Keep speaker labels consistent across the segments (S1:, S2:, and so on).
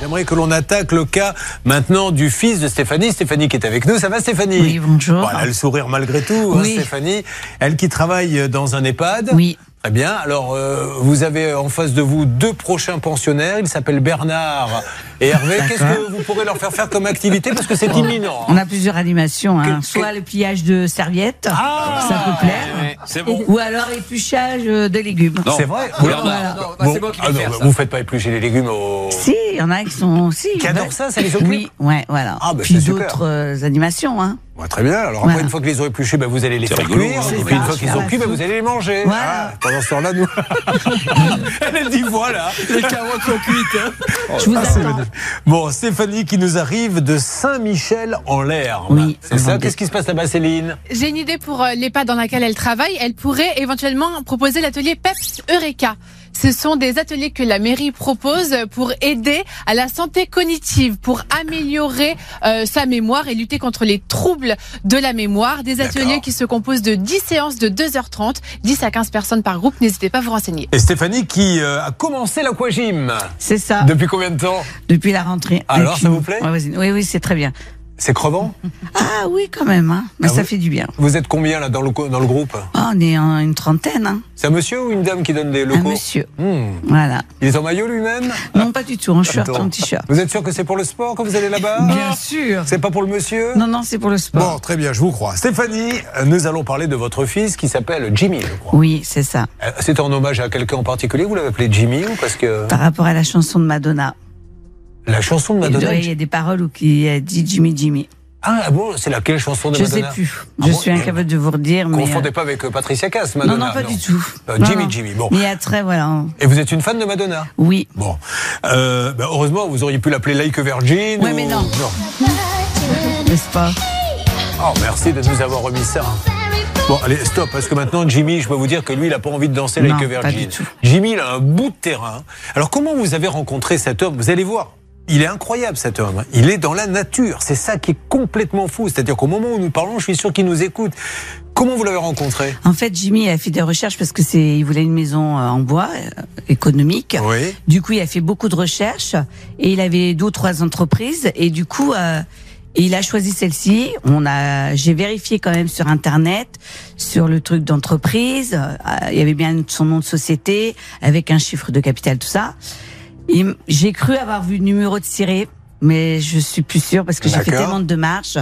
S1: J'aimerais que l'on attaque le cas maintenant du fils de Stéphanie. Stéphanie qui est avec nous. Ça va Stéphanie
S2: Oui, bonjour.
S1: Bon, elle a le sourire malgré tout, hein,
S2: Oui.
S1: Stéphanie. Elle qui travaille dans un EHPAD.
S2: Oui.
S1: Très bien. Alors, euh, vous avez en face de vous deux prochains pensionnaires. Ils s'appellent Bernard et Hervé. Qu'est-ce que vous pourrez leur faire faire comme activité Parce que c'est imminent. hein.
S2: On a plusieurs animations, hein.
S1: Que-
S2: soit le pliage de serviettes,
S1: Ah
S2: ça peut plaire,
S3: C'est bon.
S2: ou alors épluchage euh, de légumes.
S1: C'est vrai
S3: Non,
S1: Oui.
S3: Bernard.
S2: Voilà.
S3: Non, bah,
S1: Bon,
S3: c'est moi qui
S1: ah
S3: vais
S1: non,
S3: faire
S1: bah,
S3: ça.
S1: Vous faites pas éplucher les légumes au...
S2: Si, il y en a qui sont si
S1: Qui
S2: ils
S1: adorent
S2: veulent.
S1: ça, ça les occupe
S2: Oui, ouais, voilà.
S1: Ah, bah,
S2: Puis
S1: c'est super.
S2: d'autres euh, animations, hein.
S1: Bah, très bien. Alors
S2: Voilà.
S1: après, une fois qu'ils les ont épluchés, bah, vous allez les
S3: C'est
S1: faire
S3: rigolo,
S1: cuire.
S3: hein,
S1: et
S3: c'est
S1: puis une
S2: ça,
S1: fois qu'ils
S2: faire
S1: sont
S2: la
S1: cuits, bah,
S2: soupe.
S1: vous allez les manger.
S2: Voilà.
S1: Ah, pendant ce temps-là, nous. Elle elle dit voilà.
S3: Les carottes sont cuites. hein.
S2: Je
S1: C'est
S2: vous attends.
S1: magnifique. Bon, Stéphanie qui nous arrive de Saint-Michel en l'air.
S2: Oui.
S1: C'est ça. Qu'est-ce qui se passe là-bas, Céline
S4: J'ai une idée pour euh, l'EHPAD dans laquelle elle travaille. Elle pourrait éventuellement proposer l'atelier PEPS Eureka. Ce sont des ateliers que la mairie propose pour aider à la santé cognitive, pour améliorer euh, sa mémoire et lutter contre les troubles de la mémoire. Des ateliers qui se composent de 10 séances de 2h30, 10 à 15 personnes par groupe. N'hésitez pas à vous renseigner.
S1: Et Stéphanie qui euh, a commencé l'aquagym.
S2: C'est ça,
S1: Depuis combien de temps
S2: depuis la rentrée.
S1: Alors,
S2: Depuis-
S1: ça vous plaît
S2: Ouais, vas-y. Oui, oui, c'est très bien.
S1: C'est crevant
S2: Ah oui, quand même, hein. mais
S1: Ah
S2: ça
S1: oui
S2: fait du bien.
S1: Vous êtes combien là dans le, co- dans le groupe
S2: Ah, on est en une trentaine, hein.
S1: C'est un monsieur ou une dame qui donne des
S2: un
S1: locaux
S2: monsieur.
S1: Hmm.
S2: Voilà.
S1: Il est en maillot lui-même
S2: Non, pas du tout, en short,
S1: Attends.
S2: en t-shirt.
S1: Vous êtes sûr que c'est pour le sport quand vous allez là-bas
S2: Bien sûr.
S1: Ah. C'est pas pour le monsieur
S2: Non, non, c'est pour le
S1: Bon,
S2: sport.
S1: très bien, je vous crois. Stéphanie, euh, nous allons parler de votre fils qui s'appelle Jimmy, je crois.
S2: Oui, c'est ça.
S1: Euh, C'est en hommage à quelqu'un en particulier Vous l'avez appelé Jimmy ou parce que
S2: Par rapport à la chanson de Madonna.
S1: la chanson de
S2: Ah. Il
S1: Madonna
S2: doit- Il y a des paroles où qui euh, dit Jimmy Jimmy.
S1: Ah ah bon, c'est laquelle chanson de
S2: Je sais
S1: Madonna
S2: plus.
S1: Ah
S2: Je
S1: bon
S2: suis incapable de vous redire. Mais
S1: Confondez
S2: euh,
S1: pas avec euh, Patricia Cass,
S2: Non,
S1: Madonna.
S2: non, pas du tout.
S1: Euh,
S2: Non,
S1: Jimmy
S2: non.
S1: Jimmy, bon.
S2: Mais il y a très, voilà. hein.
S1: Et vous êtes une fan de Madonna
S2: Oui.
S1: Bon. Euh, bah, heureusement, vous auriez pu l'appeler Like a Virgin.
S2: Ouais,
S1: ou-
S2: mais non. N'est-ce pas
S1: Oh, merci de nous avoir remis ça. Bon, allez, stop, parce que maintenant, Jimmy, je peux vous dire que lui, il n'a pas envie de danser Like
S2: Non,
S1: a
S2: pas
S1: Virgin.
S2: du tout.
S1: Jimmy, il a un bout de terrain. Alors, comment vous avez rencontré cet homme Vous allez voir. Il est incroyable cet homme. hein. Il est dans la nature. C'est ça qui est complètement fou. C'est-à-dire qu'au moment où nous parlons, je suis sûr qu'il nous écoute. Comment vous l'avez rencontré
S2: En fait, Jimmy a fait des recherches parce que c'est, il voulait une maison euh, en bois euh, économique.
S1: Oui.
S2: Du coup, il a fait beaucoup de recherches et il avait deux ou trois entreprises et du coup, euh, il a choisi celle-ci. On a, j'ai vérifié quand même sur internet, sur le truc d'entreprise. euh, Il y avait bien son nom de société avec un chiffre de capital, tout ça. Et m- J'ai cru avoir vu le numéro de ciré, mais je suis plus sûre parce que j'ai fait
S1: D'accord.
S2: tellement de marches.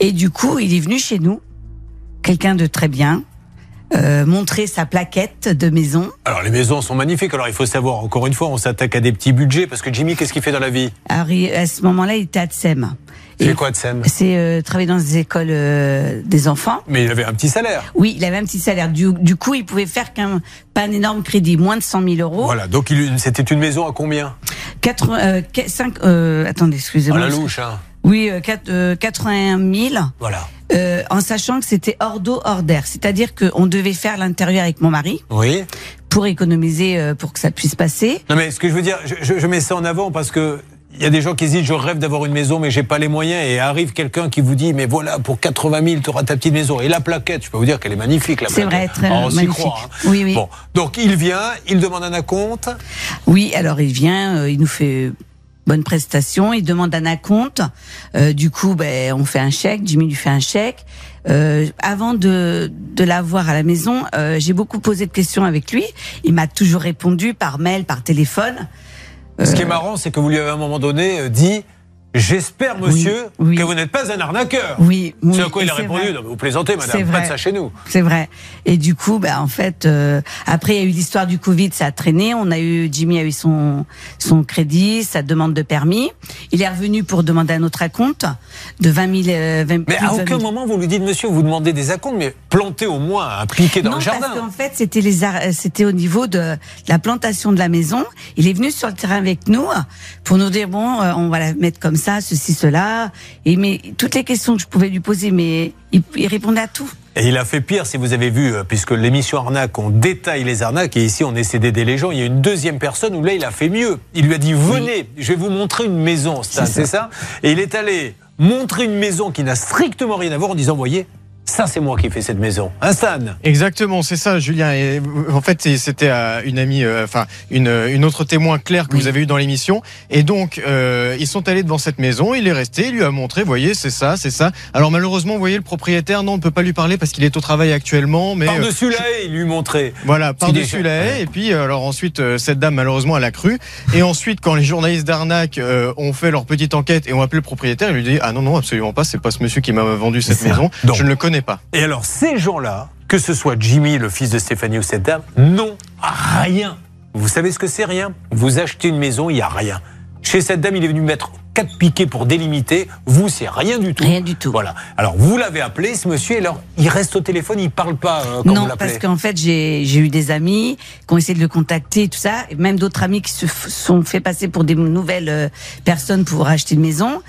S2: Et du coup, il est venu chez nous, quelqu'un de très bien, euh, montrer sa plaquette de maison.
S1: Alors, les maisons sont magnifiques. Alors, il faut savoir, encore une fois, on s'attaque à des petits budgets parce que Jimmy, qu'est-ce qu'il fait dans la vie
S2: Alors, il- à ce moment-là, il était à Tsem.
S1: Il
S2: Et
S1: fait quoi de Sam
S2: C'est euh, travailler dans des écoles euh, des enfants.
S1: Mais il avait un petit salaire.
S2: Oui, il avait un petit salaire. Du, du coup, il pouvait faire qu'un pas un énorme crédit, moins de 100 000 euros.
S1: Voilà, donc il- c'était une maison à combien
S2: Quatre- euh, qu- cinq- euh,
S1: À
S2: attendez, excusez-moi.
S1: la louche, hein.
S2: Oui, euh, quatre- euh, 81 000,
S1: Voilà.
S2: euh, en sachant que c'était hors d'eau, hors d'air. C'est-à-dire qu'on devait faire l'intérieur avec mon mari
S1: Oui.
S2: pour économiser, euh, pour que ça puisse passer.
S1: Non mais ce que je veux dire, je, je- je mets ça en avant parce que il y a des gens qui se disent je rêve d'avoir une maison mais j'ai pas les moyens et arrive quelqu'un qui vous dit mais voilà pour 80 000 tu auras ta petite maison et la plaquette je peux vous dire qu'elle est magnifique la
S2: C'est vrai,
S1: plaquette.
S2: très
S1: Ah, on s'y
S2: magnifique.
S1: croit, hein.
S2: Oui, oui.
S1: Bon donc il vient, il demande un acompte.
S2: Oui, alors il vient, euh, il nous fait bonne prestation, il demande un acompte. Euh, du coup, ben, on fait un chèque, Jimmy lui fait un chèque. Euh, avant de, de l'avoir à la maison, euh, j'ai beaucoup posé de questions avec lui. Il m'a toujours répondu par mail, par téléphone.
S1: Ce
S2: Euh.
S1: qui est marrant c'est que vous lui avez à un moment donné euh, dit j'espère monsieur
S2: oui.
S1: que vous n'êtes pas un arnaqueur.
S2: Oui, oui.
S1: C'est à quoi
S2: et
S1: il a répondu
S2: vrai.
S1: non, mais vous plaisantez
S2: C'est
S1: madame, pas de
S2: vrai.
S1: ça chez nous.
S2: C'est vrai. Et du coup, bah, en fait, euh, après, il y a eu l'histoire du Covid, ça a traîné. On a eu, Jimmy a eu son, son crédit, sa demande de permis. Il est revenu pour demander un autre acompte de 20 000. euh, 20
S1: Mais
S2: plus de
S1: à
S2: 20
S1: aucun
S2: 000.
S1: moment vous lui dites monsieur vous demandez des acomptes mais plantez au moins un piquet dans
S2: non,
S1: le jardin.
S2: parce qu'en fait, c'était les ar- euh, c'était au niveau de la plantation de la maison. Il est venu sur le terrain avec nous pour nous dire bon, euh, on va la mettre comme ça, ceci, cela. Et mais toutes les questions que je pouvais lui poser, mais il, il répondait à tout.
S1: Et il a fait pire, si vous avez vu, euh, puisque l'émission Arnaque, on détaille les arnaques, et ici on essaie d'aider les gens. Il y a une deuxième personne où là, il a fait mieux. Il lui a dit, venez, je vais vous montrer une maison, Stan,
S2: C'est ça.
S1: c'est ça Et il est allé montrer une maison qui n'a strictement rien à voir en disant, voyez, Ça, c'est moi qui fais cette maison. Hein, Stan
S5: Exactement, c'est ça, Julien. Et, euh, en fait, c'est- c'était euh, une amie, euh, enfin une, euh, une autre témoin Claire que vous avez eue dans l'émission. Et donc, euh, ils sont allés devant cette maison. Il est resté, il lui a montré. Voyez, c'est ça, c'est ça. Alors malheureusement, vous voyez, le propriétaire, non, on ne peut pas lui parler parce qu'il est au travail actuellement. Mais euh,
S1: Par-dessus la haie, il lui montrait.
S5: Voilà,
S1: C'est
S5: par-dessus
S1: déjà-
S5: la haie. Et puis, euh, alors ensuite, euh, cette dame, malheureusement, elle a cru. Et ensuite, quand les journalistes d'arnaque euh, ont fait leur petite enquête et ont appelé le propriétaire, il lui dit Ah non, non, absolument pas, c'est pas ce monsieur qui m'a vendu cette
S1: C'est ça.
S5: maison.
S1: Donc.
S5: Je ne le connais pas.
S1: Et alors, ces gens-là, que ce soit Jimmy, le fils de Stéphanie ou cette dame, n'ont rien. Vous savez ce que c'est rien Vous achetez une maison, il n'y a rien. Chez cette dame, il est venu mettre quatre piquets pour délimiter. Vous, c'est rien du tout.
S2: Rien du tout.
S1: Voilà. Alors, vous l'avez appelé, ce monsieur, et alors, il reste au téléphone, il parle pas euh, quand vous
S2: non,
S1: l'appelez.
S2: parce qu'en fait, j'ai j'ai eu des amis qui ont essayé de le contacter et tout ça, et même d'autres amis qui se f- sont fait passer pour des nouvelles euh, personnes pour acheter une maison.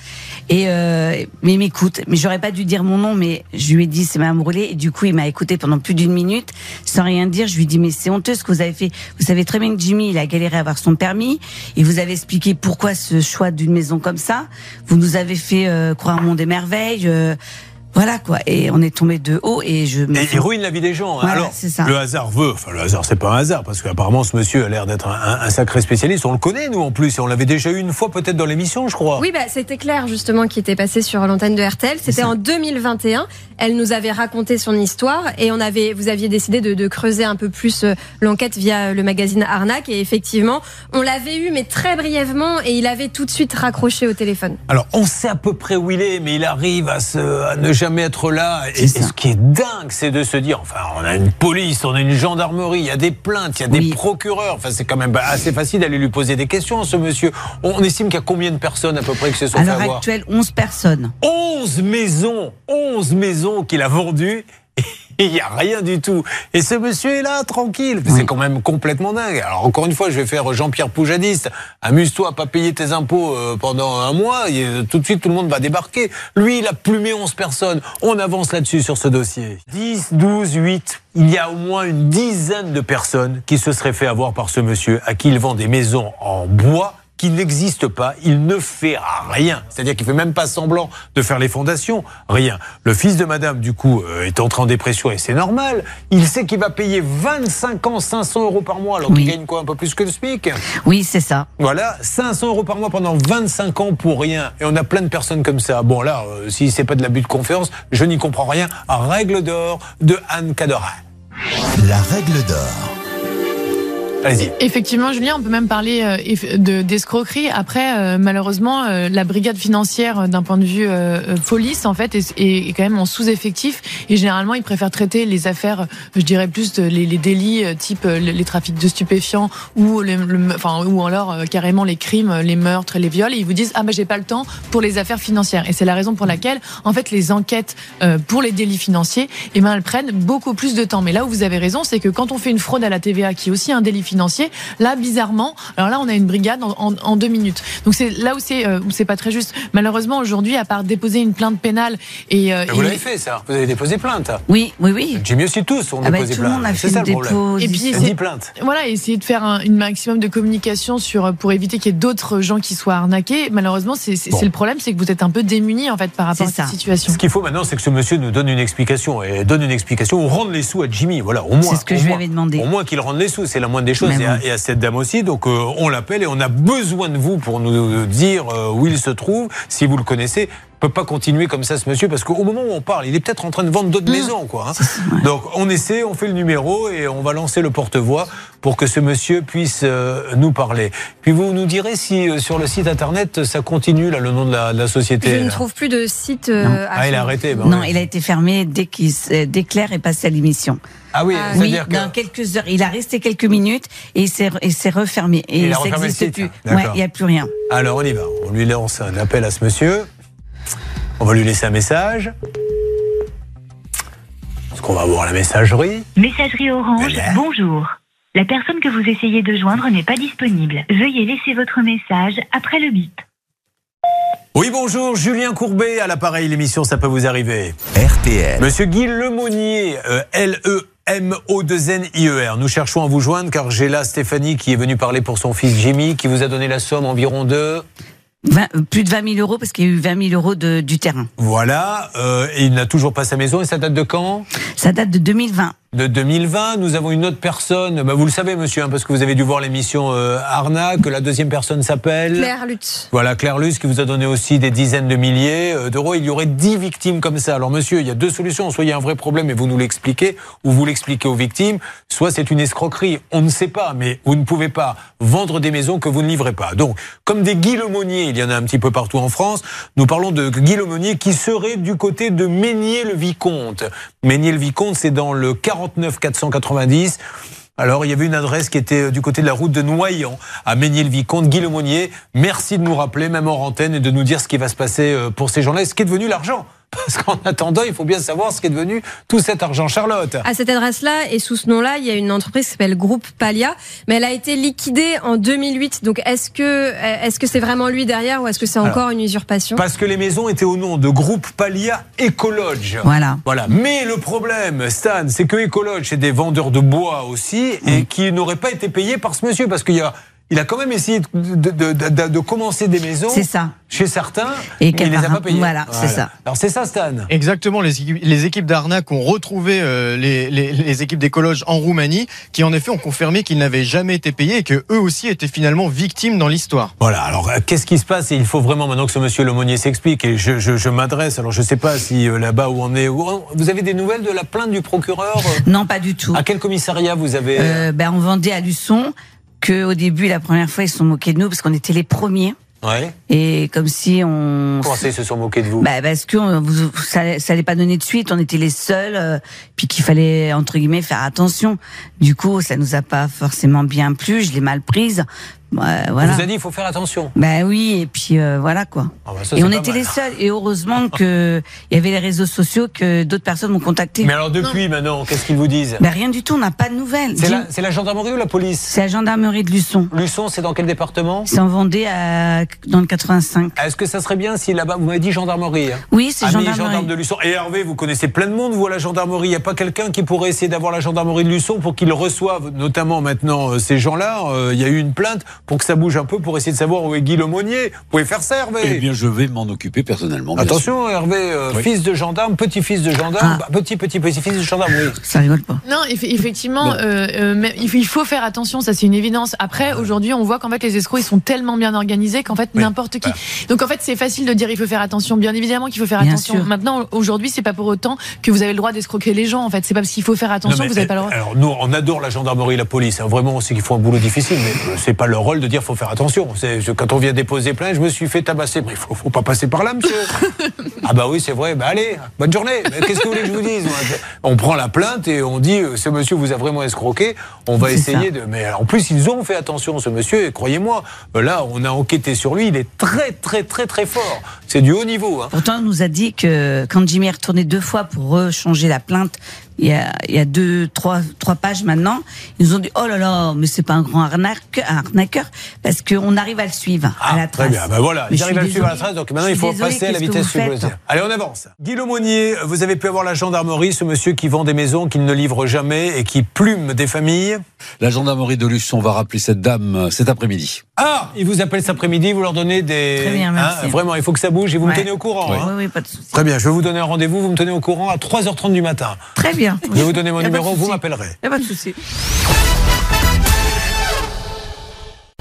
S2: Et euh, mais il m'écoute, mais j'aurais pas dû dire mon nom, mais je lui ai dit c'est Madame Roulet, et du coup il m'a écouté pendant plus d'une minute sans rien dire. Je lui ai dit mais c'est honteux ce que vous avez fait. Vous savez très bien que Jimmy il a galéré à avoir son permis et vous avez expliqué pourquoi ce choix d'une maison comme ça. Vous nous avez fait euh, croire au monde des merveilles. euh, voilà quoi, et on est tombé de haut et je me
S1: Et
S2: suis-
S1: il ruine la vie des gens. hein.
S2: Voilà,
S1: Alors,
S2: c'est ça.
S1: le hasard veut, enfin le hasard c'est pas un hasard, parce qu'apparemment ce monsieur a l'air d'être un, un- un sacré spécialiste, on le connaît nous en plus, et on l'avait déjà eu une fois peut-être dans l'émission je crois.
S6: Oui, bah, c'était Claire justement qui était passée sur l'antenne de RTL. C'était en 2021. Elle nous avait raconté son histoire et on avait, vous aviez décidé de, de creuser un peu plus euh, l'enquête via euh, le magazine Arnaque. Et effectivement, on l'avait eu, mais très brièvement, et il avait tout de suite raccroché au téléphone.
S1: Alors on sait à peu près où il est, mais il arrive à, se- à ne jamais être là, et,
S2: C'est
S1: et
S2: ça.
S1: ce qui est dingue c'est de se dire, enfin on a une police, on a une gendarmerie, il y a des plaintes, il y a
S2: Oui.
S1: des procureurs, enfin c'est quand même assez facile d'aller lui poser des questions ce monsieur. On estime qu'il y a combien de personnes à peu près qui se sont
S2: À
S1: fait
S2: l'heure
S1: avoir
S2: actuelle, 11 personnes.
S1: 11 maisons, 11 maisons qu'il a vendues. et Il n'y a rien du tout. Et ce monsieur est là, tranquille. C'est quand même complètement dingue. Alors, encore une fois, je vais faire Jean-Pierre Poujadiste. Amuse-toi à pas payer tes impôts euh, pendant un mois. Et euh, tout de suite, tout le monde va débarquer. Lui, il a plumé 11 personnes. On avance là-dessus sur ce dossier. 10, 12, 8. Il y a au moins une dizaine de personnes qui se seraient fait avoir par ce monsieur à qui il vend des maisons en bois qui n'existe pas, il ne fait rien. C'est-à-dire qu'il fait même pas semblant de faire les fondations, rien. Le fils de madame, du coup, euh, est entré en dépression et c'est normal. Il sait qu'il va payer 25 ans 500 euros par mois, alors
S2: Oui.
S1: qu'il gagne quoi Un peu plus que le SMIC
S2: Oui, c'est ça.
S1: Voilà, 500 euros par mois pendant 25 ans pour rien. Et on a plein de personnes comme ça. Bon là, euh, si c'est pas de l'abus de confiance, je n'y comprends rien. Règle d'or de Anne Cadora.
S7: La règle d'or.
S1: Allez-y.
S4: Effectivement, Julien, on peut même parler euh, eff- de d'escroquerie. Après, euh, malheureusement, euh, la brigade financière, euh, d'un point de vue euh, euh, police, en fait, est, est- est quand même en sous-effectif. Et généralement, ils préfèrent traiter les affaires, euh, je dirais plus de- les, les délits, euh, type euh, les, les trafics de stupéfiants ou, le- le- enfin, ou alors euh, carrément les crimes, euh, les meurtres, et les viols. Et ils vous disent ah ben j'ai pas le temps pour les affaires financières. Et c'est la raison pour laquelle, en fait, les enquêtes euh, pour les délits financiers, eh ben, elles prennent beaucoup plus de temps. Mais là où vous avez raison, c'est que quand on fait une fraude à la TVA, qui est aussi un délit financier, là, bizarrement, alors là, on a une brigade en, en- en deux minutes. Donc c'est là où c'est euh, où c'est pas très juste. Malheureusement, aujourd'hui, à part déposer une plainte pénale et, euh,
S1: Et Ah, Vous
S4: et-
S1: l'avez fait ça, vous avez déposé plainte.
S2: Oui, oui, oui.
S1: J'ai mieux si tous ont
S2: Ah bah,
S1: déposé
S2: tout le monde a
S1: plainte.
S2: fait
S1: C'est ça
S2: une
S1: le problème.
S2: dépose.
S4: Et puis,
S1: Dix plaintes.
S4: voilà, essayer de faire un une maximum de communication sur euh, pour éviter qu'il y ait d'autres gens qui soient arnaqués. Malheureusement, c'est c'est-
S1: Bon.
S4: c'est le problème, c'est que vous êtes un peu démunis en fait par rapport à
S2: C'est
S4: cette
S2: ça.
S4: situation.
S1: Ce qu'il faut maintenant, c'est que ce monsieur nous donne une explication et donne une explication ou rende les sous à Jimmy. Voilà, au moins.
S2: C'est ce que
S1: au
S2: je lui
S1: moins.
S2: avais demandé.
S1: Au moins qu'il rende les sous, c'est la moindre des choses.
S2: Mais
S1: Et à,
S2: oui.
S1: et à cette dame aussi. Donc euh, on l'appelle et on a besoin de vous pour nous dire euh, où il se trouve, si vous le connaissez. Peut pas continuer comme ça, ce monsieur, parce qu'au moment où on parle, il est peut-être en train de vendre
S2: Mmh.
S1: d'autres maisons, quoi. hein. Donc on essaie, on fait le numéro et on va lancer le porte-voix pour que ce monsieur puisse euh, nous parler. Puis vous nous direz si euh, sur le site internet ça continue là le nom de la, de la société.
S6: Je ne
S1: là.
S6: trouve plus de site. euh, à
S1: Ah, il a
S6: son-
S1: arrêté. ben
S2: Non,
S1: ouais.
S2: il a été fermé dès qu'il s- euh, dès Claire est passée à l'émission.
S1: Ah oui,
S6: Ah,
S2: Oui,
S1: c'est-à-dire que.
S2: dans quelques heures, il a resté quelques minutes et il s'est re- il s'est refermé et
S1: Il a
S2: ça
S1: refermé le
S2: n'existe
S1: site,
S2: plus.
S1: d'accord.
S2: Ouais, il n'y a plus rien.
S1: Alors on y va. On lui lance un appel à ce monsieur. On va lui laisser un message. Parce qu'on va voir la messagerie.
S8: Messagerie Orange,
S1: Voilà.
S8: bonjour. La personne que vous essayez de joindre n'est pas disponible. Veuillez laisser votre message après le bip.
S1: Oui, bonjour, Julien Courbet à l'appareil, l'émission Ça peut vous arriver.
S7: RTL.
S1: Monsieur Guy Lemonnier, euh, L-E. M-O-2-N-I-E-R. E Nous cherchons à vous joindre car j'ai là Stéphanie qui est venue parler pour son fils Jimmy qui vous a donné la somme environ de
S2: 20 euh, plus de 20 000 euros parce qu'il y a eu 20 000 euros de, du terrain.
S1: Voilà, euh, et il n'a toujours pas sa maison et ça date de quand
S2: Ça date de 2020.
S1: de 2020. Nous avons une autre personne, bah, vous le savez monsieur, hein, parce que vous avez dû voir l'émission euh, Arnaque, la deuxième personne s'appelle...
S6: Claire Lutz.
S1: Voilà, Claire Luce qui vous a donné aussi des dizaines de milliers euh, d'euros. Il y aurait 10 victimes comme ça. Alors monsieur, il y a deux solutions. Soit il y a un vrai problème et vous nous l'expliquez, ou vous l'expliquez aux victimes, soit c'est une escroquerie. On ne sait pas, mais vous ne pouvez pas vendre des maisons que vous ne livrez pas. Donc, comme des Guy Lemonnier, il y en a un petit peu partout en France, nous parlons de Guy Lemonnier qui serait du côté de Ménier-le-Vicomte. Ménier-le-Vicomte, c'est dans le 49 490. Alors, il y avait une adresse qui était euh, du côté de la route de Noyant, à Ménier-le-Vicomte, Guy Lemonnier. Merci de nous rappeler, même hors antenne, et de nous dire ce qui va se passer euh, pour ces gens-là et ce qui est devenu l'argent. Parce qu'en attendant, il faut bien savoir ce qui est devenu tout cet argent. Charlotte
S6: À cette adresse-là et sous ce nom-là, il y a une entreprise qui s'appelle Groupe Palia, mais elle a été liquidée en 2008. Donc est-ce que euh, est-ce que c'est vraiment lui derrière ou est-ce que c'est
S1: Alors,
S6: encore une usurpation
S1: Parce que les maisons étaient au nom de groupe Palia Écolodge.
S2: Voilà.
S1: Voilà. Mais le problème, Stan, c'est que Écolodge, c'est des vendeurs de bois aussi, et qui n'auraient pas été payés par ce monsieur, parce qu'il y a. Il a quand même essayé de, de- de- de- de commencer des maisons
S2: C'est ça.
S1: chez certains
S2: Et
S1: mais il les a pas
S2: qu'apparemment-
S1: payés.
S2: voilà, c'est ça.
S1: Alors c'est ça, Stan.
S5: Exactement, les équipes, les équipes d'arnaque ont retrouvé euh, les, les- les équipes d'écologes en Roumanie, qui en effet ont confirmé qu'ils n'avaient jamais été payés et que eux aussi étaient finalement victimes dans l'histoire.
S1: Voilà, alors euh, qu'est-ce qui se passe Et il faut vraiment maintenant que ce monsieur Lemonnier s'explique. Et je, je- je m'adresse, alors je ne sais pas si euh, là-bas où on est. où on- vous avez des nouvelles de la plainte du procureur euh,
S2: Non, pas du tout.
S1: À quel commissariat vous avez
S2: Euh, ben, on vendait à Luçon que au début, la première fois, ils se sont moqués de nous parce qu'on était les premiers.
S1: euh, Ouais.
S2: Et comme si on...
S1: Comment ça, ils se sont moqués de vous
S2: Bah, parce que on- vous, ça, ça allait pas donner de suite, on était les seuls, euh, puis qu'il fallait entre guillemets faire attention. Du coup, ça nous a pas forcément bien plu, je l'ai mal prise. Ouais,
S1: On
S2: voilà.
S1: vous a dit, il faut faire attention.
S2: Bah oui, et puis euh, voilà quoi.
S1: Ah bah, ça,
S2: et
S1: c'est
S2: on
S1: pas
S2: était
S1: mal.
S2: les seuls. Et heureusement que il y avait les réseaux sociaux que d'autres personnes m'ont contacté.
S1: Mais alors depuis maintenant, qu'est-ce qu'ils vous disent
S2: Bah rien du tout, on n'a pas de nouvelles.
S1: C'est
S2: Dis-
S1: la, c'est la gendarmerie ou la police
S2: C'est la gendarmerie de Luçon.
S1: Luçon, c'est dans quel département
S2: C'est en Vendée à, dans le 85.
S1: Est-ce que ça serait bien si là-bas, vous m'avez dit gendarmerie hein
S2: Oui, c'est
S1: Amis
S2: gendarmerie.
S1: gendarmes de Luçon. Et Hervé, vous connaissez plein de monde, vous, à la gendarmerie. Il n'y a pas quelqu'un qui pourrait essayer d'avoir la gendarmerie de Luçon pour qu'ils reçoivent, notamment maintenant, euh, ces gens-là. Euh, Il y a eu une plainte pour que ça bouge un peu, pour essayer de savoir où est Guy Lemonnier. Vous pouvez faire ça, Hervé.
S9: Eh bien, je vais m'en occuper personnellement. bien sûr.
S1: Attention, Hervé, euh,
S9: Oui.
S1: fils de gendarme, petit-fils de gendarme,
S2: Ah.
S1: bah, petit, petit, petit-fils de gendarme, oui.
S2: Ça rigole pas.
S4: Non, eff- effectivement, euh, euh, mais il faut- il faut faire attention, ça c'est une évidence. Après, aujourd'hui, on voit qu'en fait les escrocs ils sont tellement bien organisés qu'en fait
S1: Oui. Bah.
S4: n'importe qui. Donc en fait, c'est facile de dire il faut faire attention. Bien évidemment qu'il faut faire
S2: Bien
S4: attention.
S2: sûr.
S4: Maintenant, aujourd'hui, c'est pas pour autant que vous avez le droit d'escroquer les gens. En fait, c'est pas parce qu'il faut faire attention
S1: Non, mais, eh,
S4: que vous n'avez pas le droit.
S1: Alors nous, on adore la gendarmerie, et la police. hein. Vraiment, on sait qu'ils font un boulot difficile, mais euh, c'est pas leur rôle de dire faut faire attention. C'est je- quand on vient déposer plainte, je me suis fait tabasser. Mais il faut, faut pas passer par là, monsieur. ah bah oui, c'est vrai. Bah allez, bonne journée. Mais Qu'est-ce que vous voulez que je vous dise moi On prend la plainte et on dit euh, ce monsieur vous a vraiment escroqué. On va
S2: C'est
S1: essayer de. Mais en plus, ils ont fait attention, ce monsieur. Et croyez-moi, euh, là, on a enquêté sur lui. Il est très, très, très, très fort. C'est du haut niveau. hein.
S2: Pourtant, on nous a dit que quand Jimmy est retourné deux fois pour changer la plainte, il y a, il y a deux, trois, trois pages maintenant, ils nous ont dit oh là là, mais c'est pas un grand arnaque, un arnaqueur, parce qu'on arrive à le suivre
S1: Ah,
S2: à la trace.
S1: Très bien, ben voilà,
S2: Mais
S1: ils
S2: je
S1: arrivent
S2: suis
S1: à le suivre à la
S2: désolée.
S1: trace, donc maintenant
S2: Je
S1: il
S2: suis
S1: faut
S2: désolée,
S1: passer à la
S2: qu'est-ce que
S1: vitesse
S2: vous
S1: supérieure.
S2: faites
S1: Allez, on avance. Guy Lemonnier, vous avez pu avoir la gendarmerie, ce monsieur qui vend des maisons, qui ne livre jamais et qui plume des familles.
S9: La gendarmerie de Luçon va rappeler cette dame euh, cet après-midi.
S1: Ah, il vous appelle cet après-midi, vous leur donnez des. Hein,
S2: Très bien, merci.
S1: vraiment, il faut que ça bouge et vous me
S2: Ouais.
S1: tenez au courant. hein.
S2: Oui, oui, pas de souci.
S1: Très bien, je vais vous donner un rendez-vous, vous me tenez au courant à 3h30 du matin.
S2: Très bien.
S1: Je vais vous donner mon
S2: Y a pas Ah, bah, de
S1: numéro, vous
S2: souci.
S1: m'appellerez.
S2: Y a pas de souci.